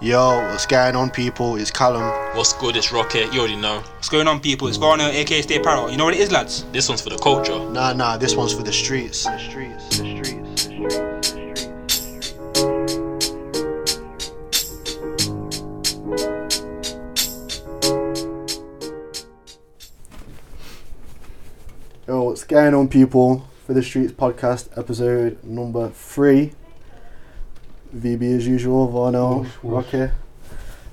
Yo, what's going on, people? It's Callum. What's good? It's Rocket. You already know. What's going on, people? It's Varno, aka Stay Parrot. You know what it is, lads? This one's for the culture. Nah, nah, this one's for the streets. The streets, the streets, the streets. Yo, what's going on, people? For the Streets podcast, episode number three. VB as usual, Varno, Woof, woof. Rocky.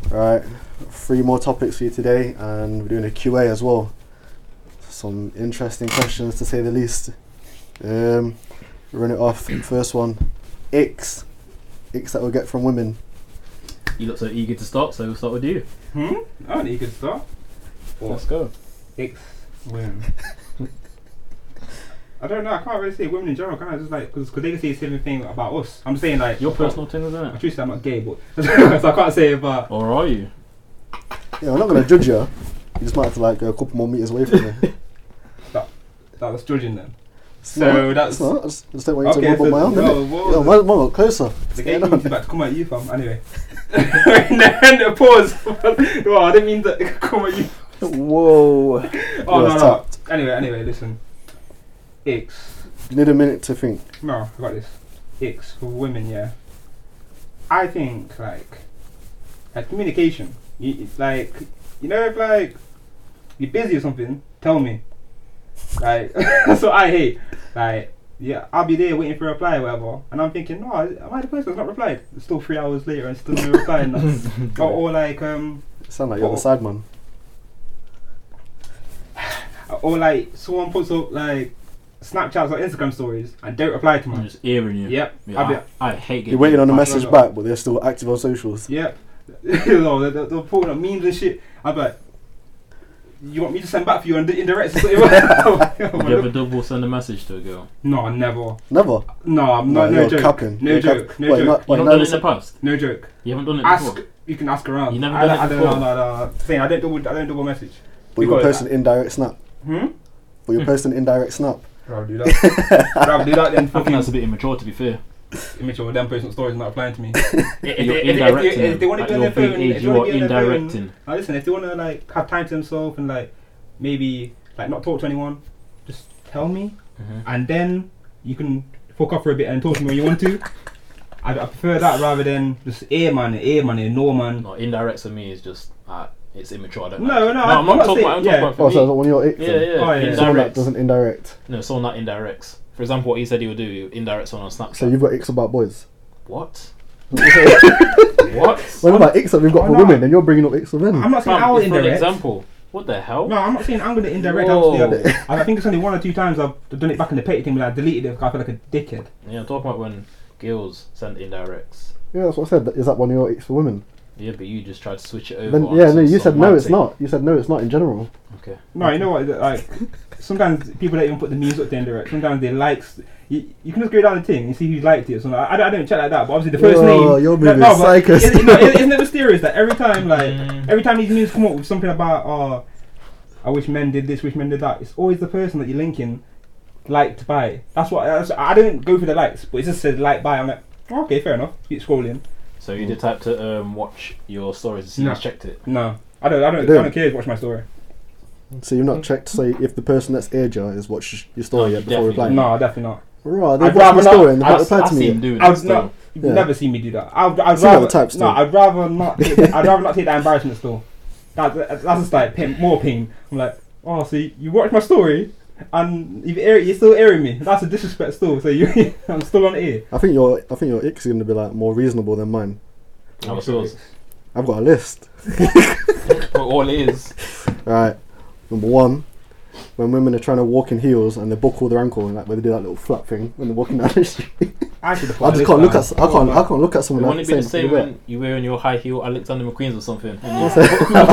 Right, three more topics for you today, and we're doing a QA as well. Some interesting questions to say the least. Um, run it off. First one, icks, icks that we get from women. You look so eager to start, so we'll start with you. Hmm? Oh, you can start. Let's go. X women. I don't know. I can't really say women in general, can I? Just like because they can say the same thing about us. I'm saying like Your I can't- personal thing, isn't I it? choose I'm not gay, but so I can't say uh, about. Or are you? Yeah, I'm not gonna judge you. You just might have to like go a couple more meters away from me. That was judging them. It's So not- that's- it's not. I just, I just don't want you Okay, to rub so- up my arm. no, innit? what was Yo, it? mine- mine got closer. The What's gay going community on? about to come at you, fam. Anyway. no, pause. well, I didn't mean to come at you. Whoa. Oh Yeah, no, it's no. tapped. Anyway, anyway, listen. X. You need a minute to think. No, I got this. It's for women, yeah. I think like, like communication. You, it's like you know if like you're busy or something, tell me. Like that's what I hate. Like yeah, I'll be there waiting for a reply or whatever, and I'm thinking, no, am I the person that's not replied? It's still three hours later and still no reply. and that's- or, or like um, Sound like you're Oh. the side man. or like someone puts up like Snapchats or Instagram stories and don't reply to I'm mine. just earing you. Hmm. Yep, Yeah, I'll be, I, I hate getting You're waiting on a I- message no, no. back, but they're still active on socials. Yep. no, they're, they're, they're pulling up memes and shit. I'm like, you want me to send back for you and indirect? Oh, Would you ever double send a message to a girl? no, never. Never. No, I'm not. No, you're joke. capping. No You're joke. cap- No Wait, joke. not- You've wait, not no, done it in listen- the past. No joke. You haven't done it Ask. before. You can ask around. You never I, done I it don't know. before. No, no. Saying I don't double. I don't double message. But you're Because- posting indirect snap. Hmm. But you're posting indirect snap. Rather do that. rather do that than I think fucking that's a bit immature, to be fair. immature. Them personal stories not applying to me. You're if- if- if- indirecting. if they wanna At be on your their big phone- if age, they you wanna are be on their phone- indirecting. Now listen, if they want to like have time to themselves and like maybe like not talk to anyone, just tell me, Mhm. and then you can fuck off for a bit and talk to me when you want to. I, I prefer that rather than just ear man, ear man, ignore man. No, indirect to me is just, uh, it's immature. I don't No, like it. no, I'm not talking saying- about, I'm yeah. talking about Oh, for so me. that's one of your icks. Yeah, then? yeah, Oh, Someone yeah. that indirect. doesn't indirect. No, someone that indirects. For example, what he said he would do, he indirects someone on Snapchat. So you've got icks about boys. what? what What? about icks that we've got Why for not? women? And you're bringing up icks for men. I'm not saying Fam, I'll it's for an indirect. example. What the hell? No, I'm not saying I'm going to indirect. Whoa. Actually, I, I think it's only one or two times I've done it back in the petty thing, but I deleted it because I feel like a dickhead. Yeah, I'm talking about when girls send indirects. Yeah, that's what I said. Is that one of your icks for women? Yeah, but you just tried to switch it over. Then, onto yeah, no, you some said no, mad it's thing. not. You said no, it's not in general. Okay. No, you know what? Like sometimes people don't even put the memes up to indirect. Sometimes they likes. You, you can just go down the thing and see who liked it or something. I, I don't, I don't check like that, but obviously the first Yo, name. you're no, moving no, but psycho it's, it's, still. it's, it's never serious. Like every time, like Mm. every time these memes come up with something about, uh, I wish men did this, wish men did that. It's always the person that you're linking liked by. That's what that's, I don't go for the likes, but it just says like by. I'm like, "Oh, okay, fair enough. Keep scrolling. So you did type to um, watch your stories to see No. who's checked it. No, I don't. I don't. I Dude. don't care. if you Watch my story. So you've Mm-hmm. not checked to say if the person that's aired you has watched your story No, yet you before replying. definitely No, definitely not. Right, they've watched I'd my rather not. story and they've I've, not replied to I've seen me. doing I it would still. not. You've Yeah. never seen me do that. I'd, I'd Seen it on rather the type still. no. I'd rather not. Take, I'd rather not take that embarrassment still. That, that, that's just like pain, more pain. I'm like, oh, so you, you watched my story, and you've air, you're still airing me. That's a disrespect still. So you, I'm still on air. I think your I think your icks are going to be like more reasonable than mine. That was yours. I've got a list. But all it is. Right, number one, when women are trying to walk in heels and they buckle their ankle and like where they do that little flap thing when they're walking down the street. I should have. I just can't look at. I can't. I can't look at someone. Wouldn't like it be the same way. when you were in your high heel Alexander McQueen's or something? And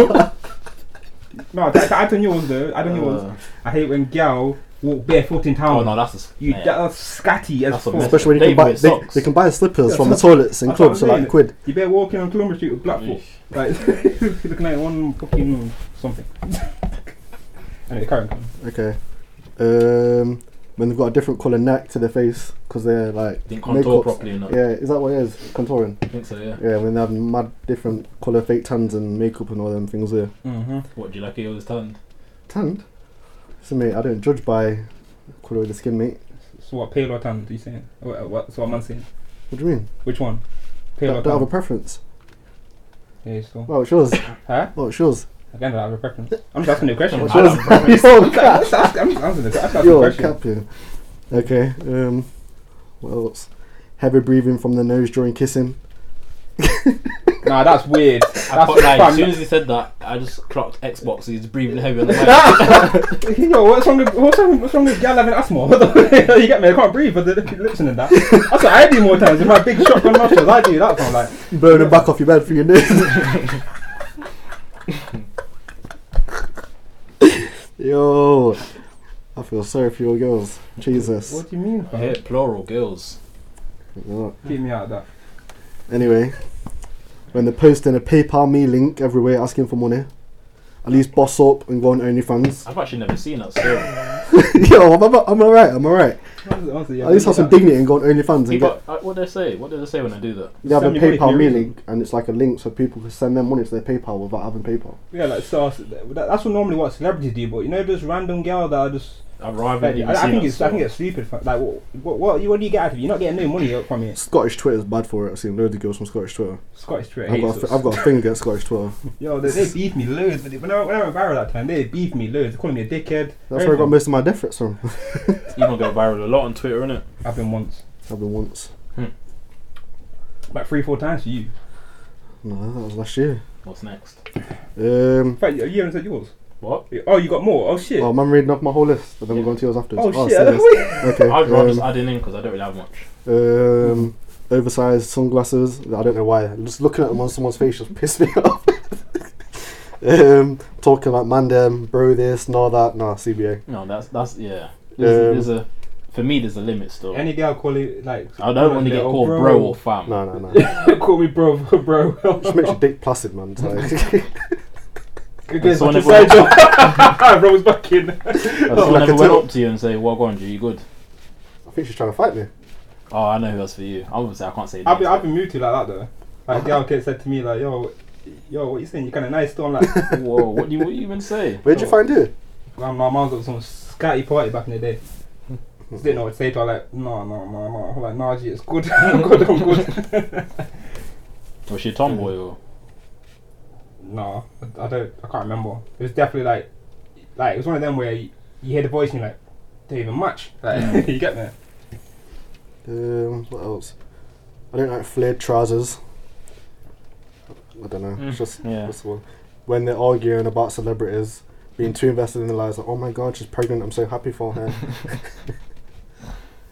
No, that, that, I don't yours though. I don't you, yours. I hate when gal walk barefoot in town. Uh, oh no, that's just, You yeah. uh, that's scatty That's what as fuck. I'm saying. Especially when you They can buy wear they, socks. they can buy slippers Yeah, from the so- toilets in that's what clubs for I'm like a saying. quid. You better walk in on Columbus Street with black foot. Yeesh. Like looking like one fucking something. anyway, carry on. Okay. Um, when they've got a different colour neck to their face because they're like Didn't contour makeup's- properly enough. yeah, is that what it is? Contouring. I think so, yeah. Yeah, when they have mad different colour fake tans and makeup and all them things there. Mm-hmm. What, do you like it was tanned? Tanned? So mate, I don't judge by colour of the skin, mate. So what pale or tan? Are you saying? What, what, so what am I saying? What do you mean? Which one? Pale Don't, or don't have a tan? preference. yeah, so. Well, it's yours. Huh? Well, it's yours. Again, I have a preference. I'm just asking the question. It's I yours. don't have a preference. Yo, I'm just asking I'm just answering the I'm just asking the Yo, question. captain. Okay. Um. What else? Heavy breathing from the nose during kissing. Nah, that's weird. I That's thought, like, as fun. soon as he said that, I just clocked Xbox. He's breathing heavy on the mic. Yo, what's wrong with what's wrong, what's wrong with y'all having asthma? What the- you get me? I can't breathe, but they're listening that. That's what I do more times. With my big shotgun nostrils, I do that. So I'm like, Blowing the back off your bed through your nose. Yo. I feel sorry for your girls. Jesus. what do you mean? I fam? hear plural girls. Keep me out of that. Anyway, when they're posting a PayPal me link everywhere asking for money, at least boss up and go on OnlyFans. I've actually never seen that story. Yo, I'm, I'm, I'm alright, I'm alright. Honestly, honestly, yeah, At least have some do that. dignity and go on OnlyFans and People, get. uh, what did I say? What did I say when I do that? They have a send me money if PayPal you me read it. link and it's like a link so people can send their money to their PayPal without having PayPal. Yeah, like so. so that- That's what normally what celebrities do, but you know, this random girl that are just. I've rather I, even I seen think that it's I think story. it's stupid. fam. Like, what what what, you- what do you get out of it? You're not getting no money from it. Scottish Twitter's bad for it. I've seen loads of girls from Scottish Twitter. Scottish Twitter. I've hates got, a us. th- I've got a thing against Scottish Twitter. Yo, they, they beef me loads. But when I, when I went viral that time, they beef me loads. They calling me a dickhead. That's where I got most of my death threats from. You don't go viral a lot on Twitter, innit? I've been once, I've been once. like three, four times for you. No, that was last year. What's next? Um, In fact, you you haven't said yours. What? Oh, you got more. Oh shit. well, Oh, I'm reading off my whole list, but then we're going to yours Oh, afterwards. shit. serious? Okay. I'd rather um, just adding in because I don't really have much. Um, oversized sunglasses. I don't know why. Just looking at them on someone's face just pissed me off. um, talking about man, them, bro, this, no, that, no, CBA. No, that's that's yeah. There's, there's a for me there's a limit still. um, Any girl call it like. I don't want to get Oh, called bro. or fam. No, no, no. call me bro, bro. just makes your dick placid, man. It's like, Good guess, So what you whenever- said, Joe. Bro's back in. If like someone a ever went tilt. up to you and say, "Well, go on, G, you good?" I think she's trying to fight me. Oh, I know who else for you. Obviously, I can't say. I've been, names. I've been moved to like that though. Like girl kid said to me like, yo, yo, what you saying? You're kind of nice. Though. I'm like, Whoa, what do you what do you even say? Where'd you Oh. find her? my, my mom's at some scatty party back in the day. Just didn't know what to say to her. Like, no, no, no, no. I'm like, nah, G, it's good. I'm good. I'm good. Was she a tomboy or? No, I, I don't. I can't remember. It was definitely like, like it was one of them where you, you hear the voice and you're like, don't even match. Like, you get me? Um, what else? I don't like flared trousers. I don't know. Mm, It's just yeah. just one. when they're arguing about celebrities being too invested in their lives. Like, oh my god, she's pregnant. I'm so happy for her.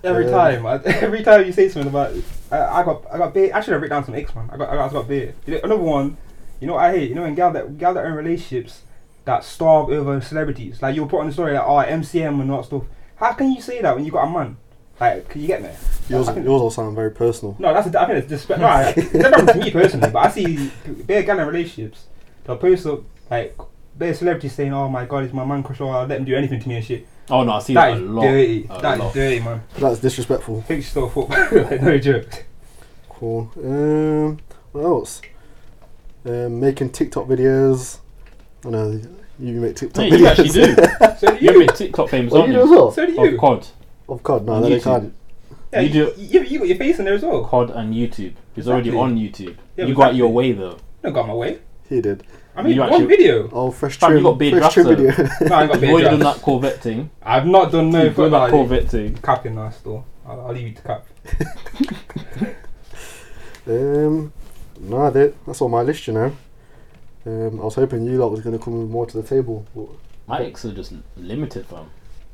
Every Yeah. time, I, every time you say something about, I, I got, I got bait. I should have written down some X man. I got, I got, I got bait. You know, another one, you know what I hate. You know when gal that gal that are in relationships that starve over celebrities. Like you were put on the story like, oh MCM and all that stuff. How can you say that when you got a man? Like, can you get me? yours, I think- yours all sound very personal. No, that's a, I think it's disrespect. No, I- it's not happened to me personally, but I see bare gal in relationships. They'll post up like bare celebrities saying, "Oh my god, it's my man crush. Oh, I'll let him do anything to me and shit." Oh no, I see That that, is a lot. dirty. A That is lot. dirty, man. That's disrespectful. Take yourself up. like, no joke. Cool. Um, what else? Um, making TikTok videos. I know you make TikTok Hey, videos. you actually do. So do You're a you. bit TikTok famous, Oh, you aren't do as you? well. So do Of you. COD, Of God, no, On they YouTube. can't. Yeah, You you, do- you, you got your face in there as well. COD, and YouTube. He's already Exactly. on YouTube. Yeah, you got exactly. your way though. I got my way. He did. I made You one actually- video. Oh, fresh Fam, you trim. got beard fresh wraps, trim though. video. No, I ain't got You've already bait done jobs. that Corvette thing. I've not done no. You've done that Like, Corvette thing. capping that still. I'll, I'll leave you to cap. Um, no, that, that's all my list, you know. Um, I was hoping you lot was going to come with more to the table. But My ex are just limited, fam.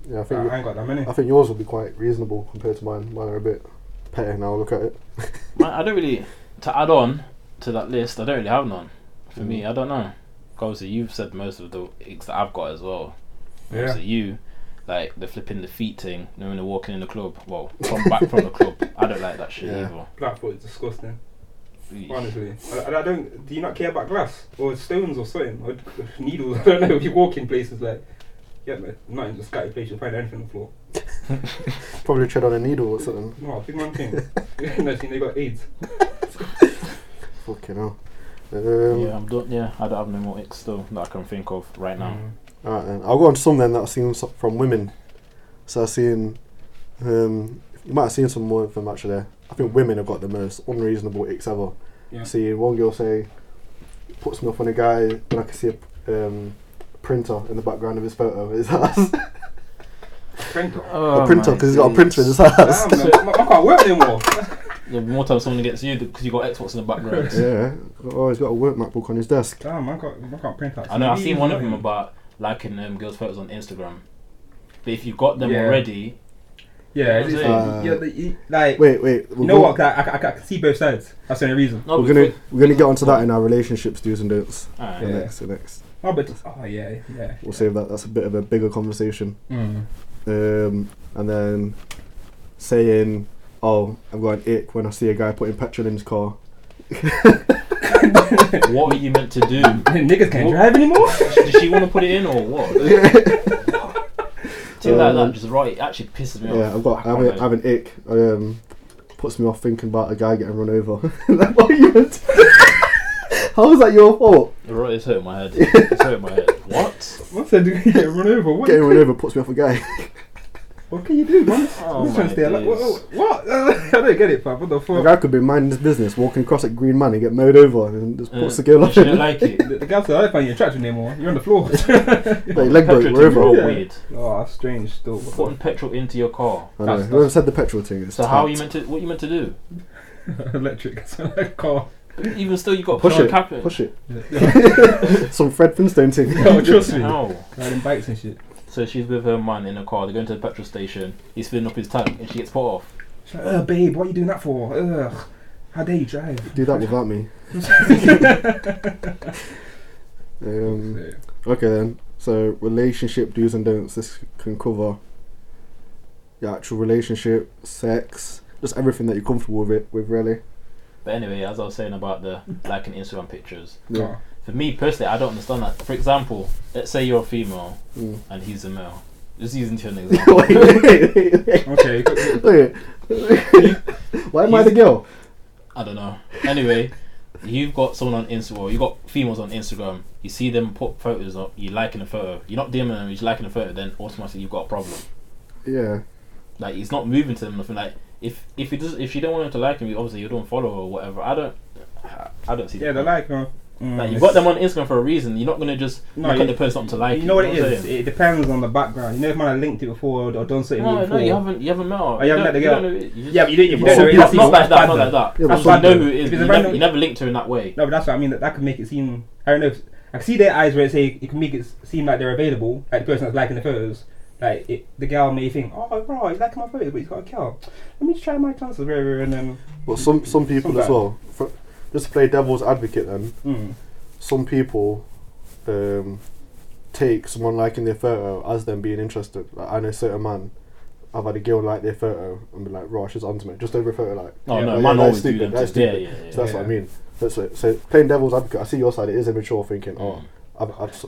yeah, I I, think I ain't got that many. I think yours will be quite reasonable compared to mine. Mine are a bit petty now. I Look at it. I, I don't really to add on to that list. I don't really have none. For me, I don't know. 'Cause Obviously, you've said most of the gigs that I've got as well. Yeah. Obviously, you like the flipping the feet thing. You know, when they're walking in the club, well, from back from the club, I don't like that shit Yeah. That foot is disgusting. either. Honestly, I, I don't. Do you not care about glass or stones or something or needles? I don't know. If you walk in places like, yeah, man, not in the scatty place, you'll find anything on the floor. Probably tread on a needle or something. No, big man thing. Next thing they got AIDS. Fucking hell. Um, yeah, I'm done. Yeah, I don't have no more icks still that I can think of right now. Mm. Alright then. I'll go on to some then that I've seen s- from women. So I've seen, um, you might have seen some more of them actually. I think women have got the most unreasonable icks ever. Yeah. See one girl say, puts me off on a guy when I can see a um, printer in the background of his photo of his house. Friend. Damn, Oh a printer my because he's got a printer in his days. house. man, I I can't work no more. Yeah, but more time someone gets you because you got Xbox in the background. Yeah. Oh, he's got a work MacBook on his desk. Damn, I can't, I can't print out. I know. I've seen one of them Yeah. about liking um, girls' photos on Instagram. But if you've got them Yeah. already, Yeah, it's just, Uh, yeah, the- you- like Wait, wait. we'll you know go- what? I, I, I can see both sides. That's the only reason. no, We're gonna we're gonna get onto that in our relationships do's and don'ts. Alright. The Yeah. next, the next. Oh, but oh yeah, yeah. We'll save that. That's a bit of a bigger conversation. Mm. um, and then saying, "Oh, I've got an ick when I see a guy putting petrol in his car." What were you meant to do? Niggas can't Well- drive anymore. Does she want to put it in or what? Two like that just right. It actually pisses me Uh, Yeah, off. I've got. I have, can't a, I have an ick. Um, puts me off thinking about a guy getting run over. Like, what you meant to- How is that your fault? It Right, it's hurting my head. It's hurting my head. What? What's that? Do you get run over? What? Getting run over puts me off a guy. What can you do, man? Oh I'm trying to my stay alive. What? days. what- what? I don't get it, fam. What the a fuck? guy could be minding his business, walking across at Green Man and get mowed over, and just puts the Uh, girl you off. shouldn't like it. The, the guy said, "I don't find you attractive anymore. You're on the floor." Like, leg Petrol broke, to we're you are over. Yeah. weird. oh, that's strange. Still, Putting petrol into your car. I know. That's- Whoever said the petrol thing is So how are you tapped. meant to? What you meant to do? electric. So like car. Even still, you got push on it? Cap it. Push it. Yeah. Some Fred Flintstone thing. no, trust me. No. Riding bikes and shit. So she's with her man in a car. They're going to the petrol station. He's filling up his tank, and she gets put off. She's like, Ugh, babe, what are you doing that for? Ugh, how dare you drive? Do that without me. um, So, Okay then. So relationship do's and don'ts. This can cover the actual relationship, sex, just everything that you're comfortable with. With really. But anyway, as I was saying about the liking Instagram pictures, Yeah. for me personally, I don't understand that. For example, let's say you're a female Mm. and he's a male. Just using to an example. wait, wait, wait, wait, oh, Okay. wait. Why am I the girl? I don't know. Anyway, you've got someone on Instagram. You've got females on Instagram. You see them put photos up. You liking a photo. You're not DMing them. You're just liking a photo. Then automatically you've got a problem. Yeah. Like it's not moving to them. Nothing. Like if if it does, if you don't want them to like him, you obviously you don't follow her or whatever. I don't. I- I don't see. Yeah, the they're point. like, uh, mm, Like you've got them on Instagram for a reason. You're not gonna just No, look you- at the person something to like. You know what it I'm is? saying? It depends on the background. You know if man had linked it before or, or done something No, before. no, you haven't. You haven't met her. Oh, you haven't met the girl? Yeah, but you didn't- you You don't know who it not, is. not like that. That's bad Not though. like that. Yeah, that's That's you bad know though. who it is. but If it's You a never, random- you never linked her in that way. No, but that's what I mean. That, that could make it seem. I don't know. If, I can see their eyes where it say it can make it s- seem like they're available. Like the person that's liking the photos. Like it, the gal may think, oh, bro, he's liking my photos, but he's got a cow. Let me try my chances, rah, rah, and then. But some some people as Sometimes. well. For, just to play devil's advocate then. Mm. Some people um, take someone liking their photo as them being interested. Like, I know certain man. I've had a girl like their photo and be like, "Right, she's onto me." Just over a photo, like. Oh Yeah, no, yeah, man that's always do stupid, them. that's things. Yeah, stupid. yeah, yeah. So that's what I Yeah. mean. That's it. So playing devil's advocate, I see your side. It is immature thinking. Mm. Oh, I've, I've s-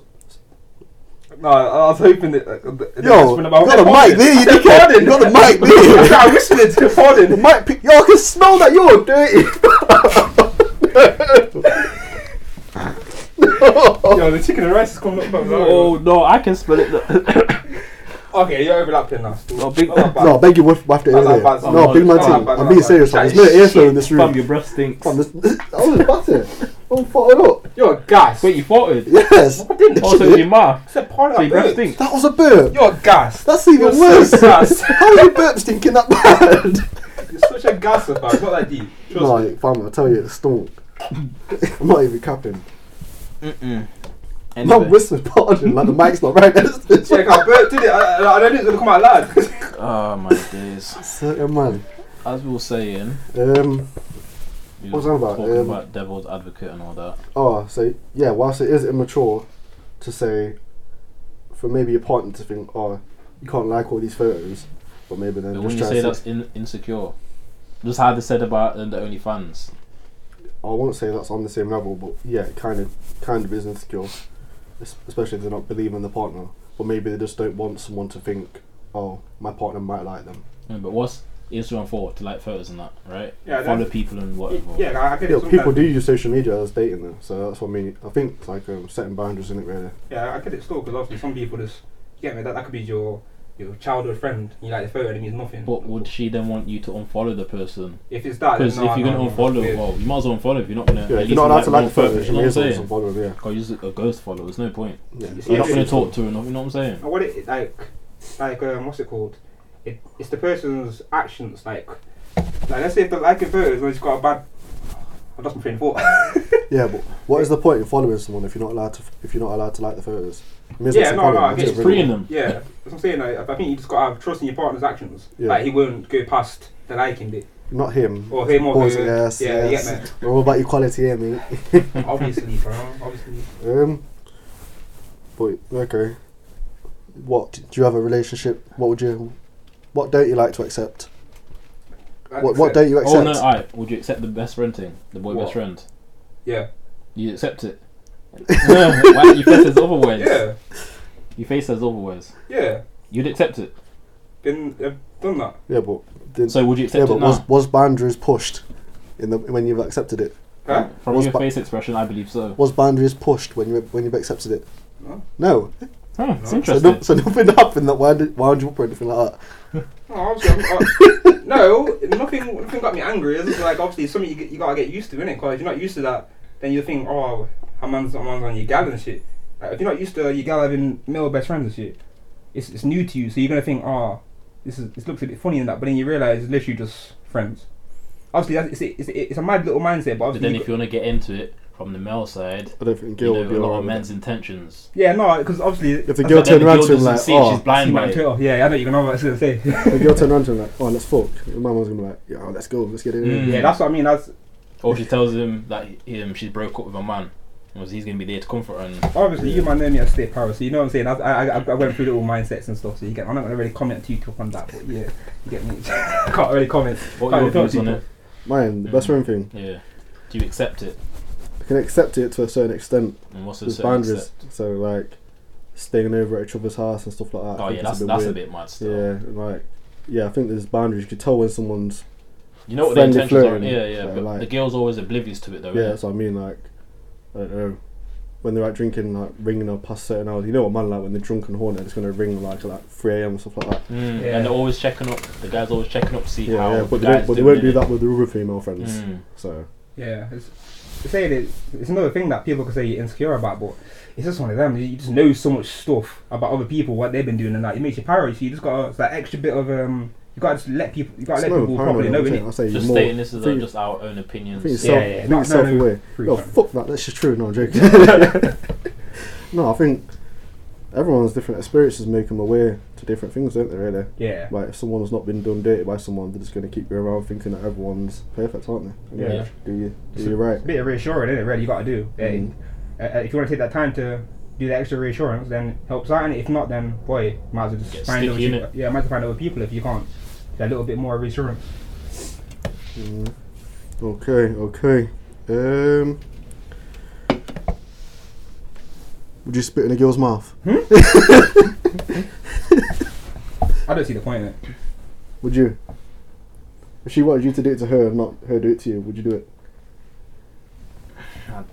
No, I was hoping that. Uh, that yo, you got a mic there. You dickhead. You got a mic there. I whispered it to the The pardon. mic, pick, yo, I can smell that you're dirty. Yo, the chicken and rice is coming up. bro. Oh no, I can spell it. Okay, you're overlapping now. No, big- Oh, bad. no, I beg you, wife, wife to That's hear not it. bad, that's No, not big man, bad. team. That's I'm not being bad. serious. man. There's no air flow in this room. Fam, your breath stinks. Fam, this- I was about it. I'm farted up. You're a gas. Wait, you farted? Yes, I didn't. Also, your mouth. It's a part So of your breath that stinks. that was a burp. You're a gas. That's even You're so worse. gas. How are your burp stinking that bad? You're such a gas about. It's not that deep. Trust me. Like, fam, I tell you, it stunk. I'm not even capping. Mm-mm. No Anyway, whisper pardon, like the mic's not right next to each Check other. out Bert did it. I, I, I don't think it's gonna come out loud. oh my days. Certain man. As we were saying, Um, we What was were that about? talking Um, about devil's advocate and all that. oh, so yeah, whilst it is immature to say for maybe your partner to think, oh, you can't like all these photos, but maybe then But just when you try say to that's in, insecure, just how they said about um, the OnlyFans. I won't say that's on the same level, but yeah, it kind of, kind of is insecure, es- especially if they're not believing in the partner, but maybe they just don't want someone to think oh, my partner might like them. Yeah, Mm, but what's Instagram for? To like photos and that, right? Yeah, that's- Follow people and whatever. Yeah, like, I get it Yeah, people sometimes. do use social media as dating though, so that's what I mean. I think it's like um, setting boundaries in it really. Yeah, I get it still because obviously some people just you get me. That, that could be your your childhood friend. You like the photo and it means nothing. But would she then want you to unfollow the person? if it's that, then Because no, if you're no, gonna no, unfollow, weird. well, you might as well unfollow if you're not gonna. Yeah, at if least you're not allowed to like the one photo, photos, you you know may what I'm as well just saying? unfollow them, yeah. Because you're just a ghost follower. There's no point. yeah. You see, You're not it's- gonna it's- talk to her. Enough, you know what I'm saying? And what it like, like um, what's it called? It, it's the person's actions. Like, like let's say if they're liking photos and she's got a bad. I lost my train of thought. Yeah, but what is the point in following someone if you're not allowed to if you're not allowed to like the photos? You may as well Yeah, just no, unfollow no, them, I isn't get it, It's it. really? freeing them. yeah, that's what I'm saying. Like, I think you just gotta have trust in your partner's actions. Yeah. Like he won't go past the liking bit Not him. or him or Boys, her. yes, yeah, yes. you get We're all about equality here, mate. me. obviously, bro. Obviously. Um, but okay. What do you have a relationship? What would you? What don't you like to accept? Like what I what said, don't you accept? Oh no, I would you accept the best friend thing? The boy What? best friend. Yeah. You accept it. no, why- you face as other ways. Yeah. You face as other ways. Yeah. You'd accept it. Been I've done that. yeah, but did, So would you yeah, accept but it now? was was boundaries pushed in the when you've accepted it? Huh? From was your ba- face expression, I believe so. Was boundaries pushed when you when you've accepted it? No. No. Huh, Hmm, it's No. So, interesting. no, so nothing happened that wound wound you up or anything like that. No, Oh, obviously, I'm, I, no, nothing. Nothing got me angry. It's just like obviously it's something you, get- you gotta get used to, innit? Because you're not used to that, then you think, oh, her man's, her man's on your gal and shit. Like, if you're not used to your gal having male best friends and shit, it's it's new to you. So you're gonna think, oh, this is this looks a bit funny and that. But then you realize it's literally just friends. Obviously, that's, it's, a- it's, a- it's a mad little mindset. But But obviously, then you if you want to get into it from the male side, I don't think you Gil know, would be a lot alright of with men's intentions. got- yeah, no, because obviously that. If the that's girl But then turned the around girl to him doesn't like, see it, she's oh, See blind my by it. Twitter. Yeah, I know you're gonna know what I was gonna say. the girl turned around to him like, oh, let's fuck. Your mum was gonna be like, yeah, let's go, let's get it in. Mm. yeah, that's what I mean. That's Or she tells him that he- um, she's broke up with her man. Because he's going to be there to comfort her. And Obviously, you might know me as State Power, so you know what I'm saying. I, I, I, I went through little mindsets and stuff, so you get. I'm not gonna really comment too tough on that, but yeah, you get me. Can't really comment. what Can't are your really talk views too on tough. it? Mine, the best Mm. friend thing. Yeah. Do you accept it? I can accept it to a certain extent. And what's the There's certain boundaries, accept? so like staying over at each other's house and stuff like that. I Oh, think yeah, it's that's, that's a weird. bit mad still. Yeah, like yeah, I think there's boundaries. You could tell when someone's You know what the Friendly intentions flirting, are. Yeah, yeah. so but like- the girl's always oblivious to it, though. yeah, innit? that's what I mean. Like I don't know when they're like drinking, like ringing up past certain hours. You know what man like when they're drunk and horny, it's gonna ring like at like three a.m. and stuff like that. Mm, Yeah. And they're always checking up. The guy's always checking up to see how. Yeah, yeah, the but they, guy's won't, but they doing won't do it. that with the other female friends. Mm. So Yeah, it's, it's saying it, it's another thing that people can say you're insecure about, but it's just one of them. You, you just know so much stuff about other people, what they've been doing, and that it makes you paranoid. So you just got it's that extra bit of um, you gotta just let people, you gotta It's let not people paranoid, properly know, I innit? think. I say Just you're more. stating this is uh, think- just our own I opinions. think Yeah, yourself, yeah, think no, no, yourself no, away. Free No, from. Oh, fuck that. That's just true. No, I'm joking. no, I think everyone's different experiences make them aware to different things, don't they? Really, Yeah, like if someone's not been done dirty by someone, they're just going to keep you around thinking that everyone's perfect, aren't they? Yeah. Yeah. Do you do It's you right? it's a bit of reassuring, innit? Really, you gotta do. Yeah, Mm. uh, uh, if you want to take that time to do the extra reassurance, then it helps out. And if not, then boy, might as well just Get find other sticky, people. Yeah, might as well find other people if you can't. A little bit more reassurance. Mm. Okay, okay. Um, would you spit in a girl's mouth? I don't see the point in it. Would you? If she wanted you to do it to her, not her do it to you, would you do it? I'd-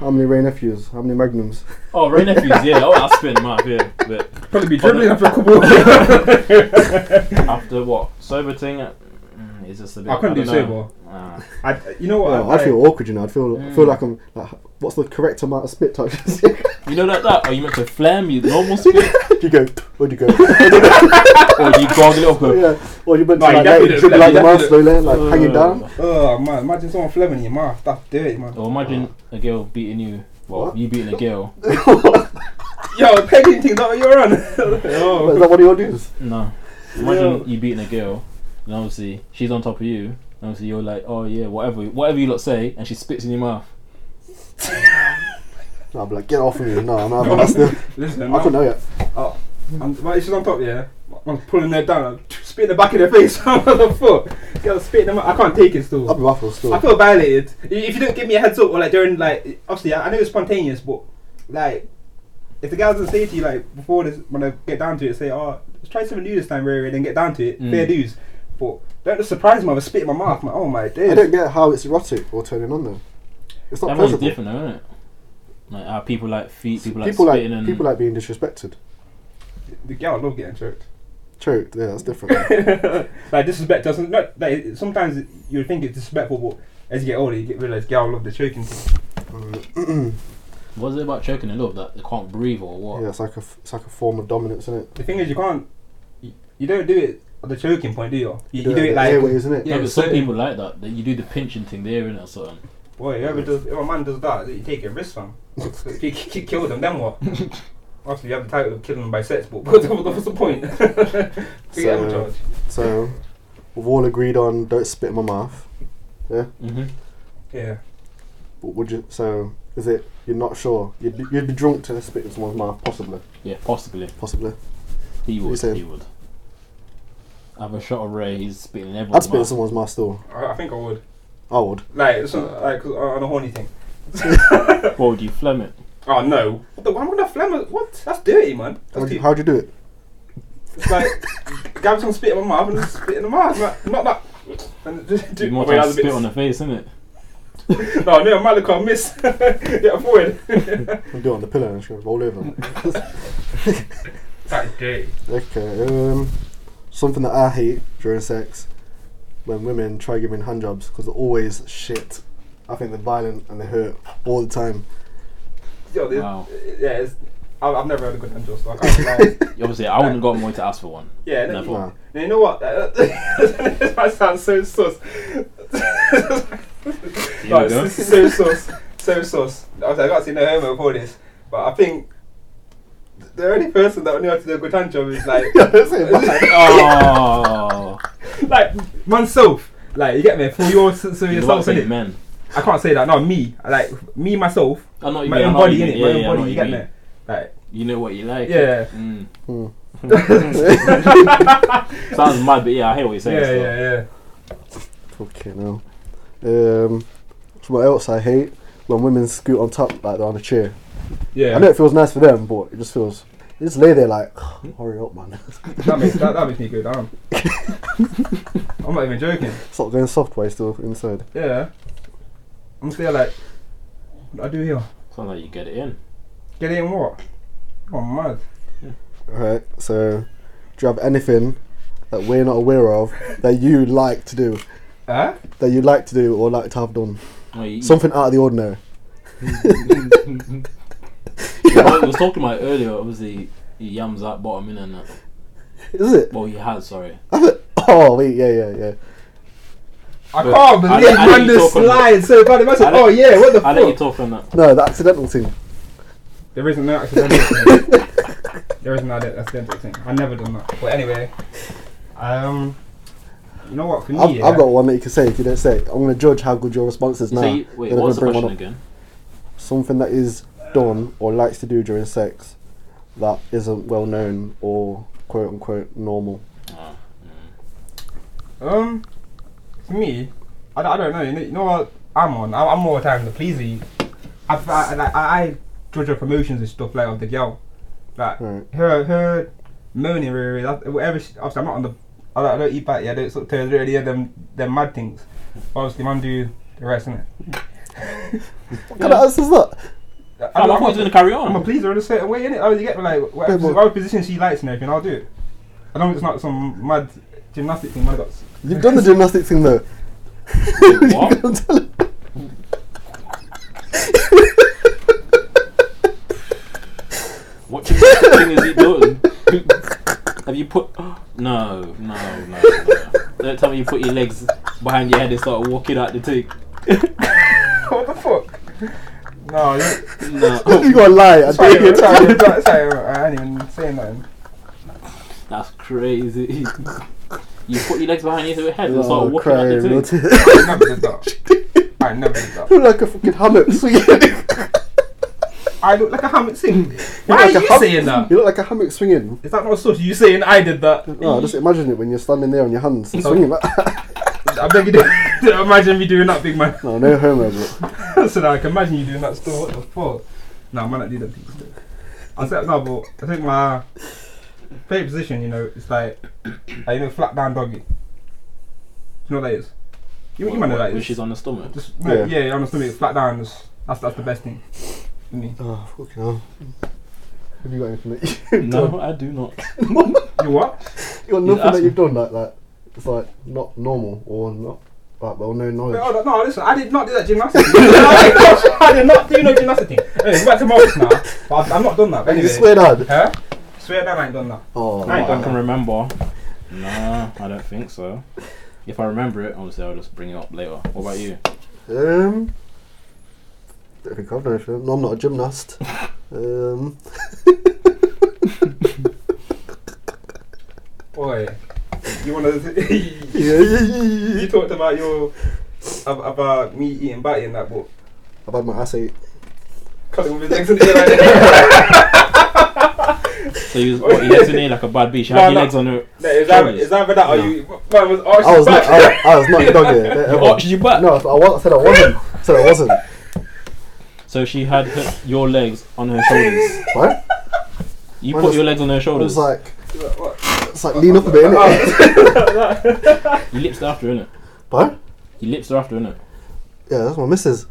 How many Ray nephews? How many Magnums? Oh, Ray Nephews, yeah. Oh, I'll spin them up, yeah. But Probably be dribbling dribbling after after a couple. after what? Sober thing uh, mm, is just a bit. I couldn't don't do know. Ah. Nah. sober. Oh, I, you know Hmm. what? Yeah, I'd feel awkward, you know. I'd feel, I feel Mm. like I'm. Like, what's the correct amount of spit touch? You know that that? Are you meant to flam your normal spit, you go, where'd you go? or do you gargle it Oh, up? go, yeah. Or you meant No, to you like, let definitely it don't- dribble you out your mouth definitely slowly, like hanging down. Oh man, imagine someone fleming in your mouth. That's dirty, man. Or Oh, imagine a girl beating you. Well, What? you beating a girl. Yo, pegging thing that you're on. oh. Is that one of your dudes? No. Imagine you beating a girl, and obviously she's on top of you. And obviously you're like, oh yeah, whatever, whatever you lot say, and she spits in your mouth. No, I'd be like, get off of me. No, I'm not having that still. Listen, I I'm, couldn't know yet. I'm, well, she's on top, yeah. I'm pulling her down. I'm spitting the back in her face. what the fuck? Yo, spitting them. I can't take it still. I'd be waffled still. I feel violated. I- If you don't give me a heads up or like during like obviously I, I know it's spontaneous, but like if the girls will say to you like before this when I get down to it, say, Oh, let's try something new this time, Ray Ray, then get down to it, Mm. fair dues. But don't just surprise me with a spit in my mouth, like, oh my I don't days. get how it's erotic or turning on though. It's not Everyone's pleasant. different, though, isn't it? Like how people like feet, people, people like like spitting and people like being disrespected. The girls love getting choked. True. Yeah, that's different. like disrespect doesn't not like it- sometimes you think it's disrespectful but as you get older you get realise girl love the choking thing. What is it about choking in love that they can't breathe or what? yeah, it's like a f- it's like a form of dominance, isn't it? The thing is you can't you, you don't do it at the choking point, do you? You, you Yeah, do it the like airway, isn't it? Yeah, no, but some certain- people like that. That you do the pinching thing there in or something. boy, whoever does if a man does that, you take a risk from. if you k- k- kill them, then what? Obviously you have the title of killing them by sex, but what was the point? Forget So- so, charge. So we've all agreed on don't spit in my mouth. Mm-hmm. Yeah. But would you? So is it? You're not sure. You'd be, you'd be drunk to spit in someone's mouth, possibly. Yeah, possibly. Possibly. He you would. saying? He would. I have a shot of Ray. He's spitting in I'd everyone's spit in mouth. someone's mouth still. I, I think I would. I would. Like so, like uh, on a horny thing. What would you phlegm it? Oh no. What the, I'm gonna phlegm it. what? That's dirty man. That's How'd too- you, how'd you do it? It's like grab some spit in my mouth and just spit in the mouth. Not, not that. And just, You'd more wait, time that was a spit bit- on the face, isn't it? No, no, Malachi miss. yeah, forward. I'd do it on the pillow and just go roll over. That day. Okay. Um, something that I hate during sex when women try giving handjobs because they're always shit. I think they're violent and they hurt all the time. Yo, this, Wow. Yeah, it's, I, I've never had a good hand job, so I can't lie. Obviously, I wouldn't go away to ask for one. Yeah, Never. Nah. And you know what? this might sound so sus. Here No, we go. this is so sus. So sus. I was like, I can't see no homo for this, but I think the only person that knew how to do a good hand job is like Yeah, that's it, man. Oh, like oneself. Like you get me? For your so so you about yourself to in say it. men? I can't say that. No, me. Like me myself. I know what Oh, you My mean, I own know what body you in mean. it. Yeah, My yeah, I know own body. You what get you me? Like You know what you like. yeah. Mm. Mm. Hmm. Sounds mad, but yeah, I hear what you're Yeah, saying. yeah, still. yeah. Okay, now. Um, so what else I hate when women scoot on top like they're on a chair. Yeah. I know it feels nice for them, but it just feels. They just lay there like, hurry up, man. That makes that, that makes me go down. I'm not even joking. Stop going soft while you're still inside. Yeah. I'm still like, what do I do here? Sounds like you get it in. Get in what? Oh mad. Alright, so do you have anything that we're not aware of that you like to do? Huh? That you like to do or like to have done? No, you- Something out of the ordinary. Yeah, what we was talking about earlier, obviously, he yams that bottom in and that. Is it? Well, he has, sorry. Oh, wait, yeah, yeah, yeah. I But can't I let- believe I let man you this talk on that. slide so bad. Imagine, I let- oh yeah, what the I let you fuck? talk on that. No, the accidental thing. There isn't no accidental thing. There isn't no accidental thing. I never done that. But anyway, um, you know what? For me, I've, yeah, I've got one that you can say if you don't say it. I'm going to judge how good your response is now. so you, Then wait, I'm what's the gonna bring one question up. again? Something that is done or likes to do during sex that isn't well known or quote unquote normal. Oh, mm. Um, for me, I, don't- I don't know. You know, you know what I'm on? I, I'm all the time the pleaser. you. I, I, like, I, I judge her promotions and stuff like of the girl. Like Right. her her moaning, really, that, whatever. She, obviously, I'm not on the. I don't, I don't eat batty. I don't sort of turn really yeah, them them mad things. But obviously, man do the rest, innit? What kind of answer is that? I, Oh, I, thought he was going to carry on. I'm a pleaser in a certain way, innit? I was get like whatever, Yeah, but- whatever position she likes and everything, I'll do it. I know it's not some mad gymnastic thing. Man, that's You've done the gymnastic thing though. what? I'm telling- What gymnastic thing is he doing? Have you put? No, no, no, no. Don't tell me you put your legs behind your head and start walking out the thing. what the fuck. No, you- No, you got to lie. I Sorry, dare you to sorry, lie. sorry, sorry, I ain't even saying nothing. that's crazy. You put your legs behind your head and start Oh, walking out crying. the not thing. it. I never did that. I never did that. Look like a fucking hammock swinging. I look like a hammock sing. You Why look are like you a hum- saying that? You look like a hammock swinging. Is that not sus? You saying I did that? Oh, just imagine it when you're standing there on your hands and swinging. like- I beg you to to imagine me doing that, big man. no, no homo, but so now I can imagine you doing that still. What the fuck? Nah, man, I do that. I said no, but I think my favorite position, you know, is like, like you know, flat down doggy. Do you know what that is? You, you might know what that Which is. is on the stomach. Just Yeah. yeah, yeah on the stomach, flat down. Is, that's that's the best thing. For me. Oh, fucking hell. Have you got anything that No, I do not. You what? you got He's nothing that asking. you've done like that? It's like not normal or not like well known knowledge. No, no, no, listen, I did not do that gymnastic. I did not do no gymnastic. thing. Anyway, we're back to my office now. But I've, I've not done that. But you anyway, swear dad. Huh? Swear down, I ain't done that. Oh, I ain't I done can remember. Nah, I don't think so. If I remember it, obviously I'll just bring it up later. What about you? Um, don't think I've done anything. No, I'm not a gymnast. um, Oi, you wanna? yeah, yeah, yeah, yeah, you yeah. talked about your ab- about me eating batty and that, but I've had my ass ate. cutting with his legs in the air. Like So you what, your legs in there like a bad bitch. You No, have your no. legs on the. that. is that is that that? Are you? Man was oh, arching I was not. back. I, I was not a dog here. You ever. arched Oh, your back. No, I was- I said I wasn't. I said I wasn't. So she had her, your legs on her shoulders. What? You Mine put was- your legs on her It was shoulders. like it's like lean up a bit, innit? Your lips are after, innit? What? Your lips are after, innit? Yeah, that's my missus.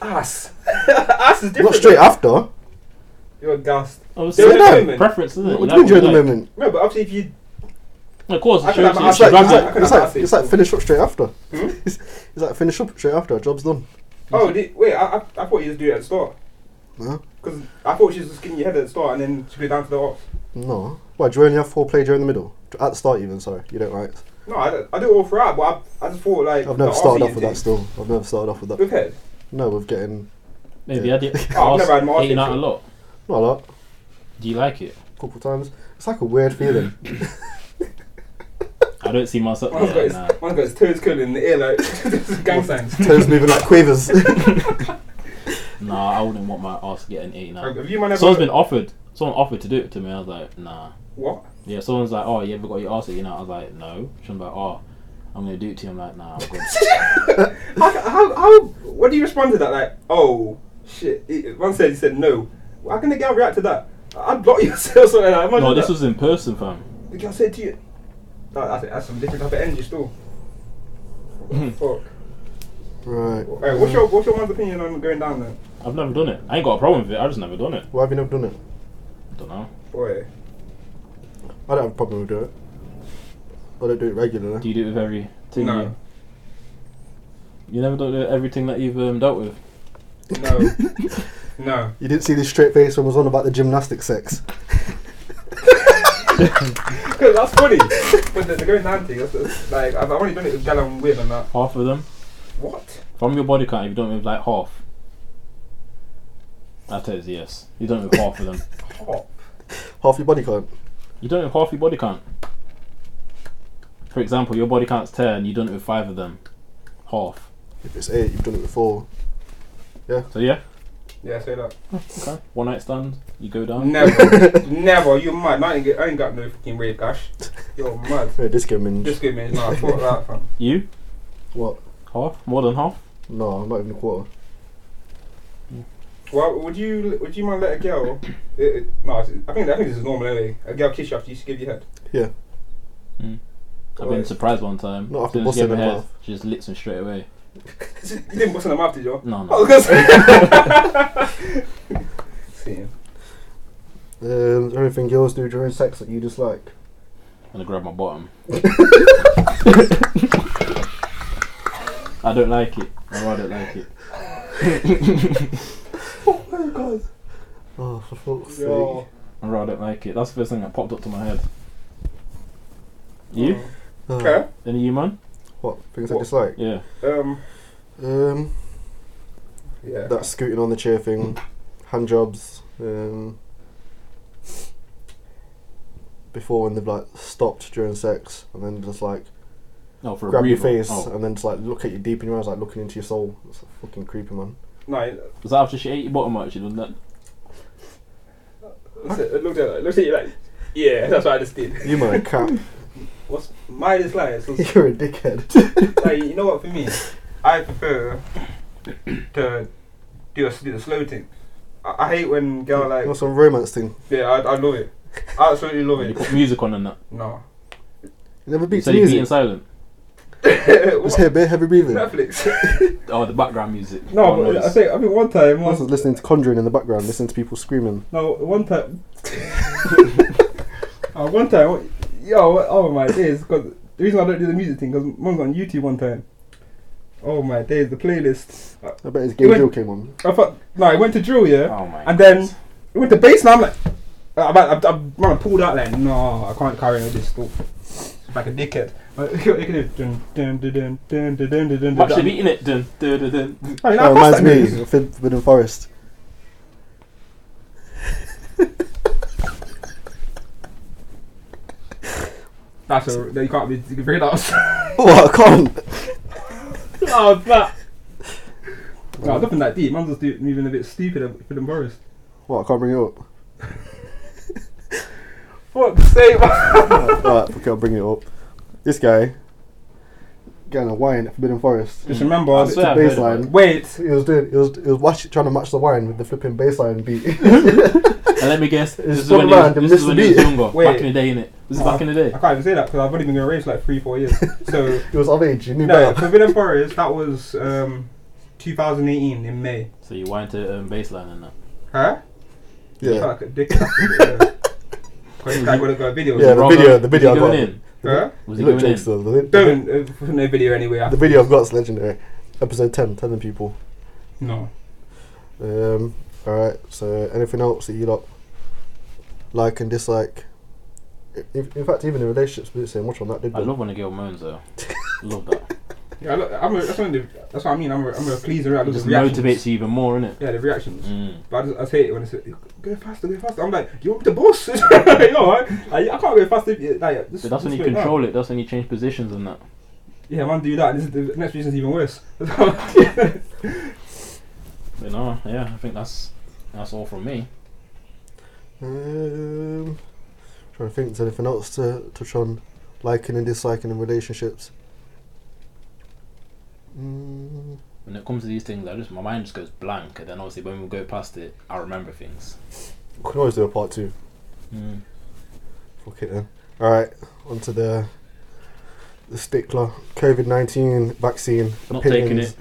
ass. ass is different. Not straight after. You're gassed. Obviously, During the it's moment. preference, isn't it? What do you You mean like during the you like. moment? No, but obviously if you Of course, I she can have she- my she ass- grabs It's it. I like, can it's like, have my it's ass like finish up straight after. Hmm? It's, it's like finish up straight after. Job's done. oh did, wait, I, I I thought you just do it at the start. No. Because I thought she was just skinning your head at the start and then she go down to the off. No. Why? Do you only have four play during the middle? At the start, even. Sorry, you don't like. No, I, don't- I do it all throughout, but I, I just thought like I've never the started off off with that. Still, I've never started off with that. With head. No, with getting Maybe I did. Oh, I've never had my ass eating out a eaten. lot. not a lot, Do you like it? a couple times. It's like a weird feeling. I don't see myself. One's got Yeah, his nah. one's got his toes curling in the ear like this is gang signs. Toes moving like quavers. nah, I wouldn't want my ass getting eaten out. Have you man ever Someone's been offered. Someone offered to do it to me. I was like, nah. what? Yeah, someone's like, oh, you ever got your ass eaten out? I was like, no. She was like, oh, I'm gonna do it to you. I'm like, nah, I'm good. How, how, how, what do you respond to that? Like, oh, shit. He- One said, he said no. How can the girl react to that? I'd block you or something like that. Imagine no, this that. was in person, fam. The girl said to you. No, that's, that's some different type of energy still. Fuck. right. Alright, what's your, what's your man's opinion on going down there? I've never done it. I ain't got a problem with it. I just never done it. Why have you never done it? Don't know. Boy. I don't have a problem with doing it. I don't do it regularly. Do you do it with everything? No. You, you never do it with everything that you've um, dealt with. No. no. You didn't see this straight face when I was on about the gymnastic sex. Because that's funny. but the, the going down thing, that's, that's, like, I've I've only done it with girl I'm with and that. Half of them What? from your body count. If you don't with like half, that is yes. You don't with half of them. Hop. Half your body can't. You don't with half your body count. For example, your body count's ten. You done it with five of them. Half. If it's eight, you've done it before. So yeah, Yeah, say that. okay. One night stand. You go down. Never. Never. You're mad. No, I ain't, get, I ain't got no fucking rave gash. You're mad. Hey, this game in. Just give me. Nah, fuck that, fam. You What? half. More than half. No, I'm not even a quarter. Well, would you would you mind let a girl? It, it, no, it's- I think I think this is normal anyway. A girl kiss you after you give your head. I've been Right. surprised one time. Not after Soon as she gave busting me her head, mouth. She just licks me straight away. you didn't bust in the mouth, did you? No, I no. was gonna say. See, Um, is there anything girls do during sex that you dislike? I'm gonna grab my bottom. I don't like it. I rather don't like it. Oh, for fuck's sake. yo. I rather don't like it. That's the first thing that popped up to my head. You? Oh, Okay. Any you, man? What? Things I What? dislike? Yeah. Um. Um, Yeah. that scooting on the chair thing, hand jobs. Um, before when they've like stopped during sex and then just like No, for grab a your breather. face Oh. and then just like look at you deep in your eyes, like looking into your soul. It's fucking creepy, man. No. Was that after she ate your bottom out? She done that. It looked at it looked at you like. Yeah, that's what I just did. You man, a cap. What's my dislike? is also- You're a dickhead. like, you know what? For me, I prefer to do a, do the slow thing. I, I hate when girl like You want some romance thing? yeah, I, I love it. I absolutely love You it. put music on and that. No. You never beat So the you beating music. silent. Just What? hear a bit heavy breathing. Netflix. Oh, the background music. No, Oh, but I noise. think I think one time, I was one, listening to Conjuring in the background, listening to people screaming. no, one time, uh, one time, yo, oh my days, because the reason I don't do the music thing, because mum was on YouTube one time. Oh my days, the playlist. I, I bet his game went- drill came on. I thought no, it went to drill, yeah, Oh my. and then goodness. it went to bass, and I'm like, I'm, I'm, I'm, man, I pulled out like, no, I can't carry on with this stuff. Like a dickhead. Like, you can do dun dun dun dun dun dun dun dun dun. Watch the dun. beating it. Dun, dun, dun, dun, dun. I Oh, mean, I it passed reminds that me music. of Forbid- Forbidden Forest. That's a no, you can't be you can bring it out. Oh, I can't. oh, that. No, nothing that deep. Man's just do- moving a bit stupid uh, a bit embarrassed. What? I can't bring it up. What the same? Alright, okay, I'll bring it up. This guy getting a wine at Forbidden Forest. Just remember, I it's swear a I've heard of baseline. it. wait. He was doing. He was. He was watch, trying to match the wine with the flipping baseline beat. And let me guess, this is not when he mine, was, they this is missed when the he was beat. younger. Wait. Uh-huh. Back in the day, innit? This is back in the day. I can't even say that because I've only been going race like three, four years. So he was of age. He knew no, better. Forbidden Forest. That was um, 2018 in May. So you wind to um, baseline and that. Huh? Sound Yeah. Like a dick. Because this guy would have got a video. Yeah, the Wrong video- on- the video I Was he got. going in? Huh? Was He he looked going in? jokester. The, the, Don't uh, no video anyway. the I- video I've got is legendary. Episode ten. Telling people. No. Um. All right. So anything else that you lot like and dislike? I- In, in fact, even in relationships, we didn't say much on that, did I we? love when a girl moans though. love that. Yeah, I look, I'm a, that's, one of the, that's what I mean. I'm a, I'm a pleaser. I It look at just the reactions. motivates you even more, innit? Yeah, the reactions. Mm. But I just, I say it when I say, go faster, go faster. I'm like, you want me to boss? you know, I, I, I can't go faster. If you, like, just, So that's when just you wait now. control it. That's when you change positions and that. Yeah, man, do that. This is, the next reason's even worse. yeah, But no, yeah, I think that's that's all from me. Um, trying to think, there's anything else to touch on liking and disliking in relationships? Mm, When it comes to these things, I just my mind just goes blank, and then obviously when we go past it, I remember things. we can always do a part two. Mm. Fuck it then. Alright, onto the the stickler COVID 19 vaccine. Not taking opinions. it.